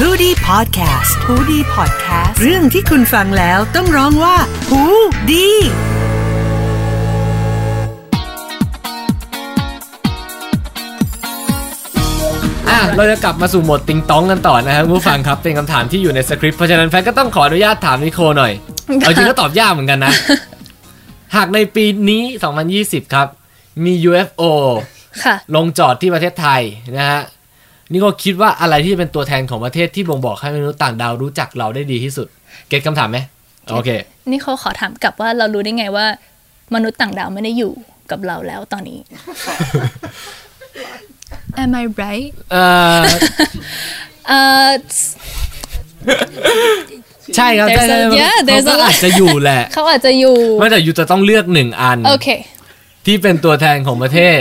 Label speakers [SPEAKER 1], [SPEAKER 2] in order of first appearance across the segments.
[SPEAKER 1] h o ดี้พอดแคสต์ฮูดี้พอดแคสต์เรื่องที่คุณฟังแล้วต้องร้องว่าหูดี
[SPEAKER 2] อ่ะเราจะกลับมาสู่โหมดติงต้องกันต่อนะครับคุณผู้ฟังครับเป็นคำถามที่อยู่ในสคริปต์เพราะฉะนั้นแฟนก็ต้องขออนุญาตถามนิโคห น่อย เอาจริงก็ตอบยากเหมือนกันนะ หากในปีนี้ 2020 ครับ มี UFO
[SPEAKER 3] ค่ะ
[SPEAKER 2] ลงจอดที่ประเทศไทยนะฮะนิโคคิดว่าอะไรที่จะเป็นตัวแทนของประเทศที่บ่งบอกให้มนุษย์ต่างดาวรู้จักเราได้ดีที่สุด เก็ตคำถามไหมโอเค
[SPEAKER 3] นี่เขาขอถามกลับว่าเรารู้ได้ไงว่า มนุษย์ต่างดาวไม่ได้อยู่กับเราแล้วตอนนี้ Am I right
[SPEAKER 2] เอ่อ
[SPEAKER 3] เอ่อ
[SPEAKER 2] ใช่ครับใช่
[SPEAKER 3] There's a-
[SPEAKER 2] ใช่
[SPEAKER 3] yeah,
[SPEAKER 2] เขา
[SPEAKER 3] there's a
[SPEAKER 2] ก็
[SPEAKER 3] lot
[SPEAKER 2] อาจจะอยู่แหละ
[SPEAKER 3] เขาอาจจะอยู่
[SPEAKER 2] ไม่แต่อยู่จะต้องเลือกหนึ่งอัน
[SPEAKER 3] โอเค
[SPEAKER 2] ที่เป็นตัวแทนของประเทศ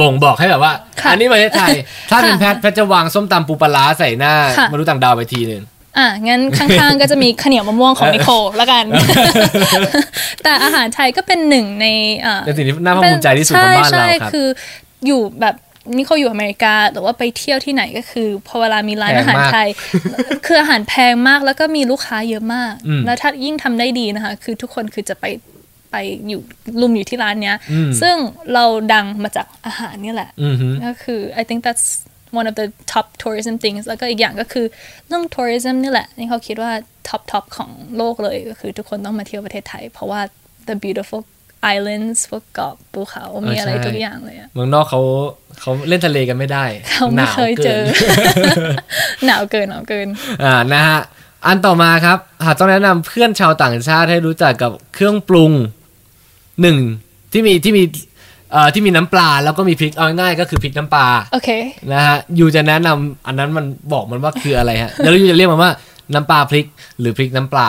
[SPEAKER 2] บ่งบอกให้แบบว่า
[SPEAKER 3] ค่ะ
[SPEAKER 2] อันนี้ประเทศไทย ถ้าเป็น
[SPEAKER 3] ค่ะ
[SPEAKER 2] แพทย์แพทย์จะวางส้มตำปูปลาร้าใส่หน้า
[SPEAKER 3] ค่ะ
[SPEAKER 2] มนุษย์ต่างดาวไปทีหนึ่ง
[SPEAKER 3] อ่ะ งั้นข้างๆ ก็จะมีข้าวเหนียวมะม่วงของนิโคละ กัน แต่อาหารไทยก็เป็นหนึ่งในเอ่อ
[SPEAKER 2] เป็นสิ่งที่น่าภาคภูมิใจที่สุดของบ้านเรา
[SPEAKER 3] ใช่ใช่
[SPEAKER 2] ครับ
[SPEAKER 3] คืออยู่แบบนี่เขาอยู่อเมริกาแต่ว่าไปเที่ยวที่ไหนก็คือพอเวลามีร้านอาหารไทย คืออาหารแพงมากแล้วก็มีลูกค้าเยอะมาก
[SPEAKER 2] อืม
[SPEAKER 3] แล้วถ้ายิ่งทำได้ดีนะคะ คือทุกคนคือจะไปไปอยู่ลุมอยู่ที่ร้านเนี้ย
[SPEAKER 2] อืม
[SPEAKER 3] ซึ่งเราดังมาจากอาหารเนี่ยแหละ
[SPEAKER 2] อือหือ
[SPEAKER 3] ก็คือ I think that's one of the top tourism things แล้วก็อีกอย่างก็คือเรื่อง tourism นี่แหละ นี่เขาคิดว่า top top ของโลกเลยก็คือทุกคนต้องมาเที่ยวประเทศไทย เพราะว่า the beautiful islands พวกเกาะภูเขา มีอะไร
[SPEAKER 2] ใช่
[SPEAKER 3] ทุกอย่างเลยอะ
[SPEAKER 2] เมืองนอกเขาเขาเล่นทะเลกันไม่ได้
[SPEAKER 3] เรา
[SPEAKER 2] ห
[SPEAKER 3] ไม่
[SPEAKER 2] นาว
[SPEAKER 3] เคยเจ อ หนาวเกินหนาวเกิน
[SPEAKER 2] อ่านะฮะ อันต่อมาครับ หากต้องแนะนำเพื่อนชาวต่างชาติให้รู้จักกับเครื่องปรุงหนึ่งที่มีที่มีเอ่อที่มีน้ำปลาแล้วก็มีพริกเอาง่ายๆก็คือพริกน้ำปลา
[SPEAKER 3] โอเค
[SPEAKER 2] นะฮะยูจะแนะนำอันนั้นมันบอกมันว่าคืออะไรฮะ แล้วยูจะเรียกมันว่าน้ำปลาพริก หรือพริกน้ำปลา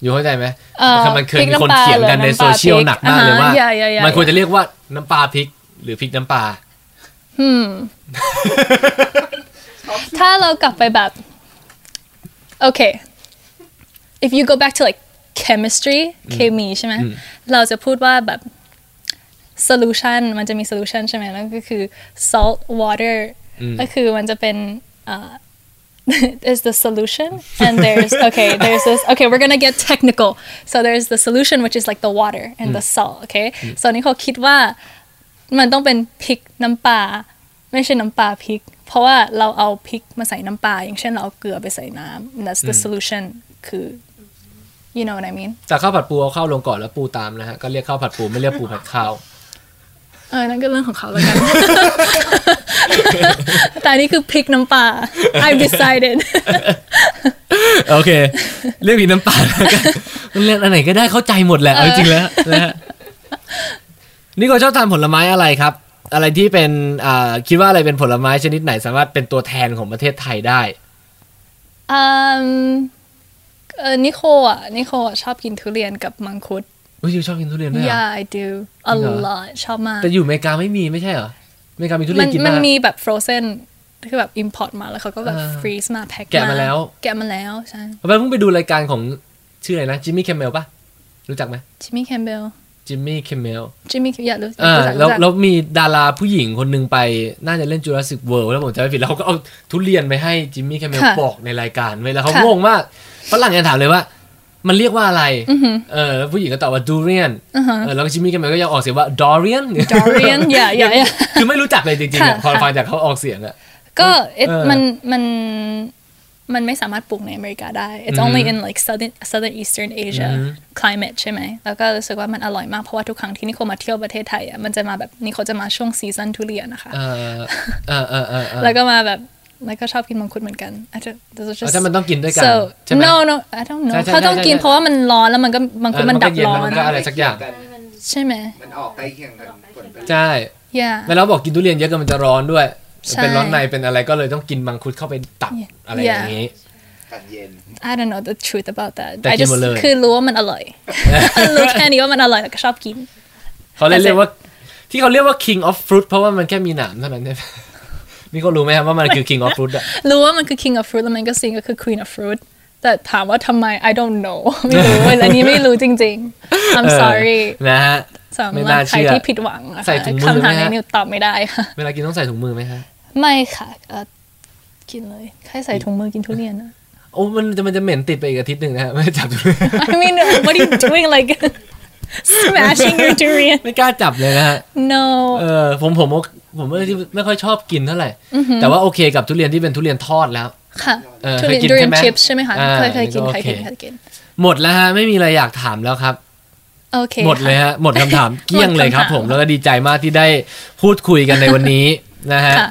[SPEAKER 2] อยู่เข้าใจไหม
[SPEAKER 3] เอ่อ
[SPEAKER 2] มันเคยมีคน
[SPEAKER 3] พริกน้ำ
[SPEAKER 2] เถีย
[SPEAKER 3] ปลา
[SPEAKER 2] งกัน
[SPEAKER 3] หรือ
[SPEAKER 2] ใน
[SPEAKER 3] น้ำปลา
[SPEAKER 2] โซเชียล
[SPEAKER 3] พริก
[SPEAKER 2] หนักมากเลยว่า
[SPEAKER 3] อ่าฮะอย่าอย่าอย่า
[SPEAKER 2] มันควรจะเรียกว่าน้ำปลาพริก หรือพริกน้ำปลา
[SPEAKER 3] อืม ถ้าเรากลับไปแบบ โอเค if you go back to like chemistry เคมีใช่ไหม เราจะพูดว่าแบบ solution มันจะมี solution ใช่ไหมแล้วก็คือ salt water
[SPEAKER 2] อืม
[SPEAKER 3] ก็คือมันจะเป็นอ่ า is the solution and there's okay there's this okay we're gonna get technical so there's the solution which is like the water and the salt okay so นี่เขาคิดว่า มันต้องเป็นพริกน้ำปลาไม่ใช่น้ำปลาพริก เพราะว่าเราเอาพริกมาใส่น้ำปลาอย่างเช่นเราเอาเกลือไปใส่น้ำ and that's the solution คือ you know what I mean
[SPEAKER 2] แต่ข้าวผัดปูเอาข้าวลงก่อนแล้วปูตามนะฮะก็เรียกข้าวผัดปูไม่เรียกปูผัดข้าว
[SPEAKER 3] เออนั่นก็เรื่องของเขาแล้วกัน แต่อันนี่คือพริกน้ำปลา I've decided
[SPEAKER 2] โอเค เรียกพริกน้ำปลา แล้วกันมันเรียกอันไหนก็ได้เข้าใจหมดแหละเอาจริงๆแล้วนะฮะนี่ก็ชอบทานผลไม้อะไรครับ อะไรที่เป็นอ่าคิดว่าอะไรเป็นผลไม้ชนิดไหน สามารถเป็นตัวแทนของประเทศไทยได้
[SPEAKER 3] อืมเออนิโคอ่ะนิโคอะชอบกินทุเรียนกับมังคุด
[SPEAKER 2] อุ้ยยูชอบกินทุเรียนด้วยเหรอ
[SPEAKER 3] yeah I do a
[SPEAKER 2] จริงเหรอ
[SPEAKER 3] lot ชอบมาก
[SPEAKER 2] แต่อยู่อเมริกาไม่มีไม่ใช่เหรออเมริกามีทุเรี
[SPEAKER 3] มั
[SPEAKER 2] ยน
[SPEAKER 3] น
[SPEAKER 2] กิน
[SPEAKER 3] มัน
[SPEAKER 2] มาก
[SPEAKER 3] มีแบบ frozen คือแบบ import มาแล้วเขาก็แบบ
[SPEAKER 2] อ่า
[SPEAKER 3] freeze มาแพ็ค
[SPEAKER 2] แกะมาแล้ว
[SPEAKER 3] แกะมาแล้วใช่
[SPEAKER 2] เพราะว่าเพิ่งไปดูรายการของชื่ออะไรนะจิมมี่แคมเมลปะรู้จักไหม
[SPEAKER 3] จิมมี่แคมเบล
[SPEAKER 2] จิมมี่แคมเมล
[SPEAKER 3] จิมมี่อยากรู้
[SPEAKER 2] อ่า
[SPEAKER 3] รู้จัก
[SPEAKER 2] แล้ว
[SPEAKER 3] รู้จัก
[SPEAKER 2] แล้วมีดาราผู้หญิงคนหนึ่งไป น่าจะเล่นจูราสสิกเวิลด์แล้วผมจำไม่ผิดแล้วเขาก็เอาทุเรียนไปให้จิมมี่แคมเมลปอกในรายการไว้แล้วเขางงมากฝรั่งยังถามเลยว่า มันเรียกว่าอะไรเออแล้วผู้หญิงก็ตอบว่าดูเรียนเออแล้วก็จิมมี่แคมเมลก็ยังออกเสียงว่าดอเรียน
[SPEAKER 3] ดอเรียนอย่าอย่าอย่า
[SPEAKER 2] คือไม่รู้จักเลยจริงๆอะ
[SPEAKER 3] ค่ะ
[SPEAKER 2] พอฟังจากเขาออกเสียงอะ
[SPEAKER 3] ก็ it
[SPEAKER 2] เออ
[SPEAKER 3] มันมันมันไม่สามารถปลูกในอเมริกาได้ it's
[SPEAKER 2] อือฮึ
[SPEAKER 3] only in like southern southern eastern Asia
[SPEAKER 2] อือฮึ
[SPEAKER 3] climate ใช่ไหม แล้วก็รู้สึกว่ามันอร่อยมากเพราะว่าทุกครั้งที่นิโคมาเที่ยวประเทศไทยอ่ะมันจะมาแบบนิโคจะมาช่วงซีซันทุเรียนนะคะ
[SPEAKER 2] เออเออเออเออเออ
[SPEAKER 3] แล้วก็มาแบบแล้วก็ชอบกินมังคุดเหมือนกัน I don't those are
[SPEAKER 2] อ๋อ
[SPEAKER 3] just
[SPEAKER 2] แต่มันต้องกินด้วยกัน
[SPEAKER 3] so
[SPEAKER 2] ใช่ไหม
[SPEAKER 3] no no I don't
[SPEAKER 2] ใช่
[SPEAKER 3] know
[SPEAKER 2] ใช่
[SPEAKER 3] เขาต้องกิน
[SPEAKER 2] ใช่ใช่
[SPEAKER 3] เพราะว่ามันร้อนแล้วมันก็มังคุดมันดับ
[SPEAKER 2] เออ
[SPEAKER 3] ร้อ
[SPEAKER 2] มัน นก็อะไรสักอย่าง
[SPEAKER 3] ใช่ไหม
[SPEAKER 4] มันออกใกล้เคียงกันผลผลิต
[SPEAKER 2] ใช่
[SPEAKER 3] yeah
[SPEAKER 2] แล้วเราบอกกินทุเรียนเยอะเกินมันจะร้อนด้วย
[SPEAKER 3] ใช่
[SPEAKER 2] เป็นร้อนในเป็นอะไรก็เลยต้องกินมังคุดเข้าไปตัด
[SPEAKER 3] Yeah.
[SPEAKER 2] อะไรอย่างนี้
[SPEAKER 4] ตัดเย็น
[SPEAKER 3] I don't know the truth about that
[SPEAKER 2] แต่
[SPEAKER 3] I
[SPEAKER 2] กิน
[SPEAKER 3] just
[SPEAKER 2] หมดเลย
[SPEAKER 3] คือรู้ว่ามันอ ร่อย รู้แค่นี้ว่ามันอร่อยแล้วก็ชอบกิน
[SPEAKER 2] เขาเลย
[SPEAKER 3] That's it
[SPEAKER 2] เรียกว่า ที่เขาเรียกว่า king of fruit เพราะว่ามันแค่มีหนามเท่านั้น เนี่ย นี่ก็รู้ไหมครับว่ามันคือ king of fruit อะ
[SPEAKER 3] รู้ว่ามันคือ king of fruit แล้วมันก็สิ่งก็คือ queen of fruit แต่ถามว่าทำไม I don't know ไม่รู้ อันนี้ไม่รู้จริง ๆ I'm
[SPEAKER 2] เออ
[SPEAKER 3] sorry
[SPEAKER 2] นะฮะ
[SPEAKER 3] สำห
[SPEAKER 2] ไม่
[SPEAKER 3] รั
[SPEAKER 2] น่า
[SPEAKER 3] บใคร
[SPEAKER 2] เชื่อ
[SPEAKER 3] ที่ผิดหวังนะคะ
[SPEAKER 2] ใส่ถุงมือ
[SPEAKER 3] คำถาม
[SPEAKER 2] ไหม
[SPEAKER 3] นี้
[SPEAKER 2] ฮะ
[SPEAKER 3] นิวตอบไม่ได้ค่ะ
[SPEAKER 2] เวลากินต้องใส่ถุงมือไหมฮะ
[SPEAKER 3] ไม่ค่ะเอ่อ กินเลยแค่ใส่ถุงมือกินทุเรียนอะ
[SPEAKER 2] โอ้มันจะมันจะเหม็นติดไปอีกอาทิตย์หนึ่งนะฮะ ไม่ได้จับทุเรียน
[SPEAKER 3] I mean what are you doing like smashing your durian
[SPEAKER 2] ไม่กล้าจับเลยนะฮะ
[SPEAKER 3] no
[SPEAKER 2] เออผมผมผมไม่ได้ไม่ค่อยชอบกินเท่าไหร่ แต่ว่าโอเคกับทุเรียนที่เป็นทุเรียนทอดแล้ว
[SPEAKER 3] ค่ะ
[SPEAKER 2] เออ
[SPEAKER 3] ทุเรียน
[SPEAKER 2] เคยกินใช่ไห
[SPEAKER 3] durian
[SPEAKER 2] ม
[SPEAKER 3] chips ใช่ไหมคะ
[SPEAKER 2] อ่า
[SPEAKER 3] เคยเคยกิน
[SPEAKER 2] อัน
[SPEAKER 3] เค
[SPEAKER 2] นี้
[SPEAKER 3] ย
[SPEAKER 2] ก็
[SPEAKER 3] กิน
[SPEAKER 2] โอเค
[SPEAKER 3] เคยกิน
[SPEAKER 2] หมดแล้วฮะไม่มีอะไรอยากถามแล้วครับ
[SPEAKER 3] โอเค
[SPEAKER 2] หมดเลย
[SPEAKER 3] ค่ะ
[SPEAKER 2] ฮะหมดคำถาม เกลี้ยงเลยครับ
[SPEAKER 3] หมดคำถาม
[SPEAKER 2] ผมแล้วก็ดีใจมากที่ได้พูดคุยกันในวันนี้ นะฮะ
[SPEAKER 3] ค่ะ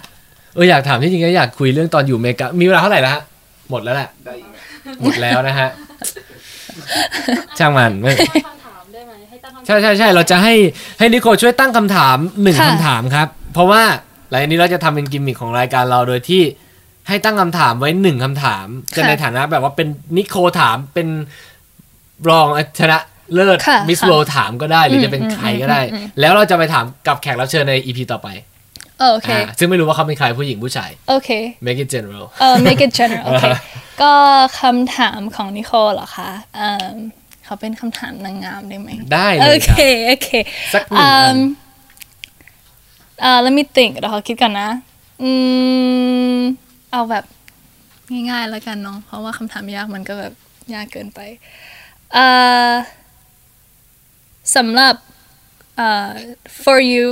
[SPEAKER 2] เอออยากถามที่จริงก็อยากคุยเรื่องตอนอยู่อเมริกามีเวลาเท่าไหร่แล้วฮะหมดแล้วแหละ
[SPEAKER 4] ได้อีกไหม
[SPEAKER 2] หมดแล้วนะฮะ ช่างมันไม่
[SPEAKER 5] คำถามได้ไหมให้ตั้งคำถาม
[SPEAKER 2] ใช่ใช่ใช่เราจะให้ให้นิโคช่วยตั้งคำถามหนึ่ง
[SPEAKER 3] ค่ะ
[SPEAKER 2] คำถามครับ เพราะว่าหลังจากนี้เราจะทำเป็นกิมมิคของรายการเราโดยที่ให้ตั้งคำถามไว้หนึ่งคำถาม จะในฐานะแบบว่าเป็นนิโคถามเป็นรองชนะเลิศ
[SPEAKER 3] ค่ะ
[SPEAKER 2] มิส
[SPEAKER 3] ค่ะ
[SPEAKER 2] โลถามก็ได้หรืออ
[SPEAKER 3] ม
[SPEAKER 2] จะเป็นใครก็ได้
[SPEAKER 3] อืมอืม
[SPEAKER 2] แล้วเราจะไปถามกับแขกรับเชิญในอีพีต่อไป
[SPEAKER 3] โอเค
[SPEAKER 2] อ่าซึ่งไม่รู้ว่าเขาเป็นใครผู้หญิงผู้ชาย
[SPEAKER 3] โอเค
[SPEAKER 2] make it general
[SPEAKER 3] เอ่อ make it general โอเค ก็คำถามของนิโคลเหรอคะเอ่อเขาเป็นคำถามนางงามได้ไหม
[SPEAKER 2] ได้เล
[SPEAKER 3] โอย
[SPEAKER 2] ค
[SPEAKER 3] เค
[SPEAKER 2] รับ
[SPEAKER 3] โอเค
[SPEAKER 2] สักหนึ่ง
[SPEAKER 3] อื
[SPEAKER 2] อั
[SPEAKER 3] ม
[SPEAKER 2] น
[SPEAKER 3] เอ่อ Um, uh, let me think เดี๋ยวขอคิดก่อนนะ อืม เอาแบบง่ายๆแล้วกันเนาะ เพราะว่าคำถามยากมันก็แบบยากเกินไปเอ่อสำหรับเอ่อ Uh, for you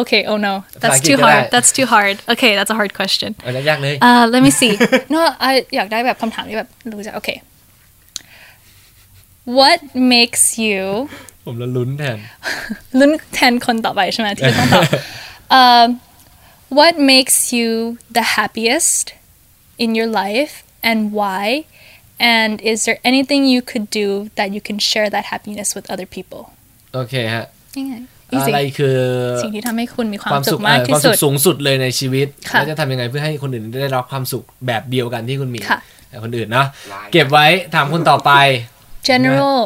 [SPEAKER 3] okay oh no that's too hard that's too hard okay that's a hard question
[SPEAKER 2] เอายากๆเลย
[SPEAKER 3] เอ่อ let me see no I อยากได้แบบคำถามที่แบบรู้จัก okay what makes you
[SPEAKER 2] ผมละลุ้นแทน
[SPEAKER 3] ลุ้นแทนคนต่อไปใช่ไหมที่จะต้องตอบเอ่อ what makes you the happiest in your life and why and is there anything you could do that you can share that happiness with other people
[SPEAKER 2] โอเคฮะ
[SPEAKER 3] ยังไง
[SPEAKER 2] อะไรคือ
[SPEAKER 3] สิ่งที่ทำให้คุณมีความ
[SPEAKER 2] ความ
[SPEAKER 3] สุ
[SPEAKER 2] สุ
[SPEAKER 3] ข
[SPEAKER 2] ข
[SPEAKER 3] มาก
[SPEAKER 2] เอ่อ
[SPEAKER 3] ที่
[SPEAKER 2] ความ
[SPEAKER 3] สุ
[SPEAKER 2] สุ
[SPEAKER 3] ด
[SPEAKER 2] ขสูงสุดเลยในชีวิต
[SPEAKER 3] ค่ะ
[SPEAKER 2] แล้วจะทำยังไงเพื่อให้คนอื่นได้รับความสุขแบบเดียวกันที่คุณมี
[SPEAKER 3] ค่ะ
[SPEAKER 2] แต่คนอื่นเนาะเก็บไว้ถามคนต่อไป
[SPEAKER 3] general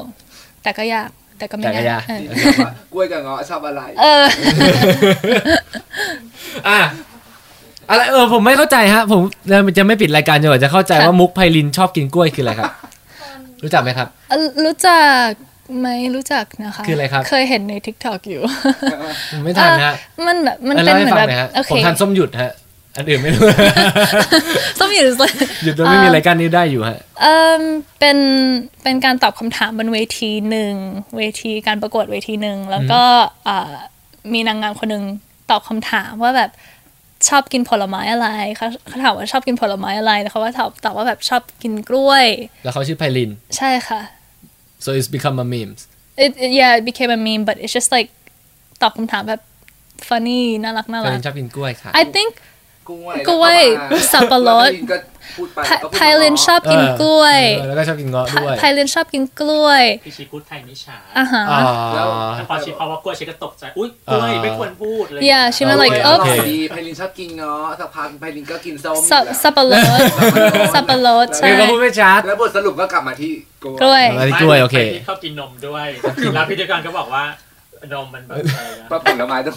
[SPEAKER 3] แต่ก็ยาก แต่ก็ไม่
[SPEAKER 2] แต่ก็ยาย
[SPEAKER 3] าก กเออ
[SPEAKER 4] ที่บอกว่ากล้วยกับเงาะชอบอะไร
[SPEAKER 3] เออ
[SPEAKER 2] อ่ะอะไรเออผมไม่เข้าใจฮะ ผมจะไม่ปิดรายการจนกว่าจะเข้าใจ
[SPEAKER 3] ค่ะ
[SPEAKER 2] ว่ามุกไพลินชอบกินกล้วยคืออะไร ครับ รู้จักไหมครับ
[SPEAKER 3] เอ่อรู้จักไหมรู้จักนะคะ
[SPEAKER 2] คืออะไรครับ
[SPEAKER 3] เคยเห็นใน TikTok อยู่
[SPEAKER 2] ผมไม่ทันฮะ
[SPEAKER 3] มันแบบมัน
[SPEAKER 2] อ่ะ
[SPEAKER 3] เป็น
[SPEAKER 2] เล่า
[SPEAKER 3] เห
[SPEAKER 2] ให้
[SPEAKER 3] มือ
[SPEAKER 2] ฟั
[SPEAKER 3] น
[SPEAKER 2] งห
[SPEAKER 3] แบ
[SPEAKER 2] น่อยฮะ
[SPEAKER 3] บโอเค
[SPEAKER 2] ผมทานส้มหยุดฮะ อันอื่นไม่รู้
[SPEAKER 3] ส้มอยู่
[SPEAKER 2] หยุดโดยไม่มีรายการนี้ได้อยู่ฮะ
[SPEAKER 3] เอิ่มเป็นเป็นการตอบคำถามบนเวทีหนึ่งเวทีการประกวดเวทีหนึ่งแล้วก็เอ่อมีนางงามคนหนึ่งตอบคำถามว่าแบบชอบกินผลไม้อะไรเขาเขาถามว่าชอบกินผลไม้อะไรแล้วเขาว่าตอบตอบว่าแบบชอบกินกล้วย
[SPEAKER 2] แล้วเขาชื่อไพลิน
[SPEAKER 3] ใช่ค่ะ
[SPEAKER 2] so it's become a meme
[SPEAKER 3] it, it yeah it became a meme but it's just like ตอบคำถามแบบ funny น่ารักน่า
[SPEAKER 2] ไพ
[SPEAKER 3] รั
[SPEAKER 2] ลิ
[SPEAKER 3] ก
[SPEAKER 2] นชอบกินกล้วยค่ะ
[SPEAKER 3] I think
[SPEAKER 4] กล้วย
[SPEAKER 3] กล้วย
[SPEAKER 4] แล้ว
[SPEAKER 3] สับปะรด
[SPEAKER 4] แล้วก็พูดไป
[SPEAKER 3] ไพ
[SPEAKER 4] ก็พูด
[SPEAKER 3] ไพลินชอบกินกล้วย
[SPEAKER 2] เออแล้วก็ชอบกินเงาะด้วย
[SPEAKER 3] ไพลินชอบกินกล้วย
[SPEAKER 6] พี่ชีพูดไทยไม่ช้า
[SPEAKER 3] อ่าฮะ
[SPEAKER 2] อ๋อ
[SPEAKER 6] แต่พอชีพอว่ากล้วยชีก็ตกใจ อุ้ยกล้วย
[SPEAKER 2] อ่า
[SPEAKER 6] ไม่ควรพูดเลย
[SPEAKER 3] yeah she was
[SPEAKER 4] กล้วย
[SPEAKER 3] like
[SPEAKER 4] อ
[SPEAKER 3] oops
[SPEAKER 4] ร่อย
[SPEAKER 2] okay
[SPEAKER 4] ดีไพลินชอบกินเงาะสักพักไพลินก็กินส้ม
[SPEAKER 3] สับ
[SPEAKER 4] แล้ว
[SPEAKER 3] สับปะร ดสับปะรดใช่
[SPEAKER 2] เดี๋ยวก็พูดไม่ชัด
[SPEAKER 4] แล้วบทสรุปก็กลับมาที่กล้วย
[SPEAKER 3] กล้วย
[SPEAKER 2] อันนี้กล้วยโอเค
[SPEAKER 6] พี่ชอบกินนมด้วยแล้วพิธีกรก็บอกว่านมมันแบบอะไรนะ
[SPEAKER 4] ป้าผลไม้ต้อง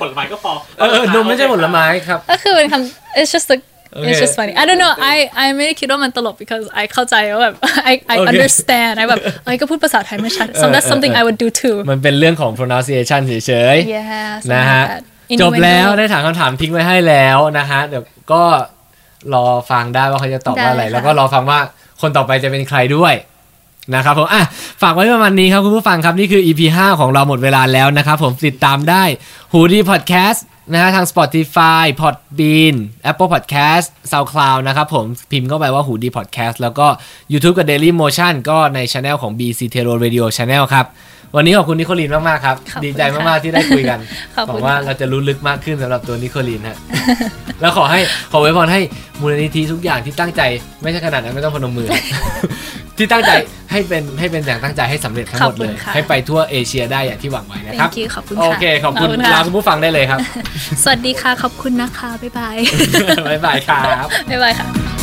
[SPEAKER 6] ผลไม้ก็พอ
[SPEAKER 2] เออเออนมไม่ใช่ผลไม้ครับ
[SPEAKER 3] ก็คือเป็นคำ it's just like
[SPEAKER 2] โอเค
[SPEAKER 3] it's just funny I don't know I I ไม่ได้คิดว่ามันตลก because I เข้าใจว่าแบบ I I
[SPEAKER 2] โอเค
[SPEAKER 3] understand I แบบไอ้ก็พูดภาษาไทยไม่ชัด so that's something I would do too
[SPEAKER 2] มันเป็นเรื่องของ pronunciation เฉย
[SPEAKER 3] yeah
[SPEAKER 2] นะฮะ ๆ จบแล้วได้ถามคำถามทิ้งไว้ให้แล้วนะฮะ เดี๋ยวก็รอฟังได้ว่าเขาจะตอบว่าอะไร
[SPEAKER 3] ได้ค่ะ
[SPEAKER 2] แล้วก็รอฟังว่าคนต่อไปจะเป็นใครด้วยนะครับผมอ่ะฝากไว้ประมาณนี้ครับคุณผู้ฟังครับ นี่คือ EP 5 ของเราหมดเวลาแล้วนะครับผมติดตามได้ h o ดี Podcast นะฮะทาง Spotify Podbean Apple Podcast SoundCloud นะครับผมพิมพ์เข้าไปว่า h o ดี Podcast แล้วก็ YouTube กับ Daily Motion ก็ใน Channel ของ BC t e r o Radio Channel ครับ วันนี้ขอบคุณนิโคลีนมากๆครับ
[SPEAKER 3] ขอบคุณ
[SPEAKER 2] ดีใจ
[SPEAKER 3] ค่ะ
[SPEAKER 2] มากๆที่ได้คุยกัน
[SPEAKER 3] ขอบ
[SPEAKER 2] ห
[SPEAKER 3] คุ
[SPEAKER 2] วั
[SPEAKER 3] ณ
[SPEAKER 2] งว่า
[SPEAKER 3] ค่ะ
[SPEAKER 2] เราจะรู้ลึกมากขึ้นสำหรับตัวนิโคลีนฮะ แล้วขอให้ขอไว้พรให้มูลนิธิทุกอย่างที่ตั้งใจไม่ใช่ขนาดนั้นไม่ต้องพนมมือ ที่ตั้งใจให้เป็นให้เป็นอย่างตั้งใจให้สำเร็จทั้งหมดเลย
[SPEAKER 3] ขอบคุณค่ะ
[SPEAKER 2] ให้ไปทั่วเอเชียได้อย่างที่หวังไว้นะครับ
[SPEAKER 3] thank you ขอบคุณ
[SPEAKER 2] โอ
[SPEAKER 3] ค่ะ
[SPEAKER 2] เค ขอบคุณ
[SPEAKER 3] ค่ะ
[SPEAKER 2] ลาคุณผู้ฟังได้เลยครับ
[SPEAKER 3] สวัสดีค่ะ ขอบคุณนะคะ บ๊ายบาย
[SPEAKER 2] บ๊ายบายครับ
[SPEAKER 3] บ๊ายบายค่ะ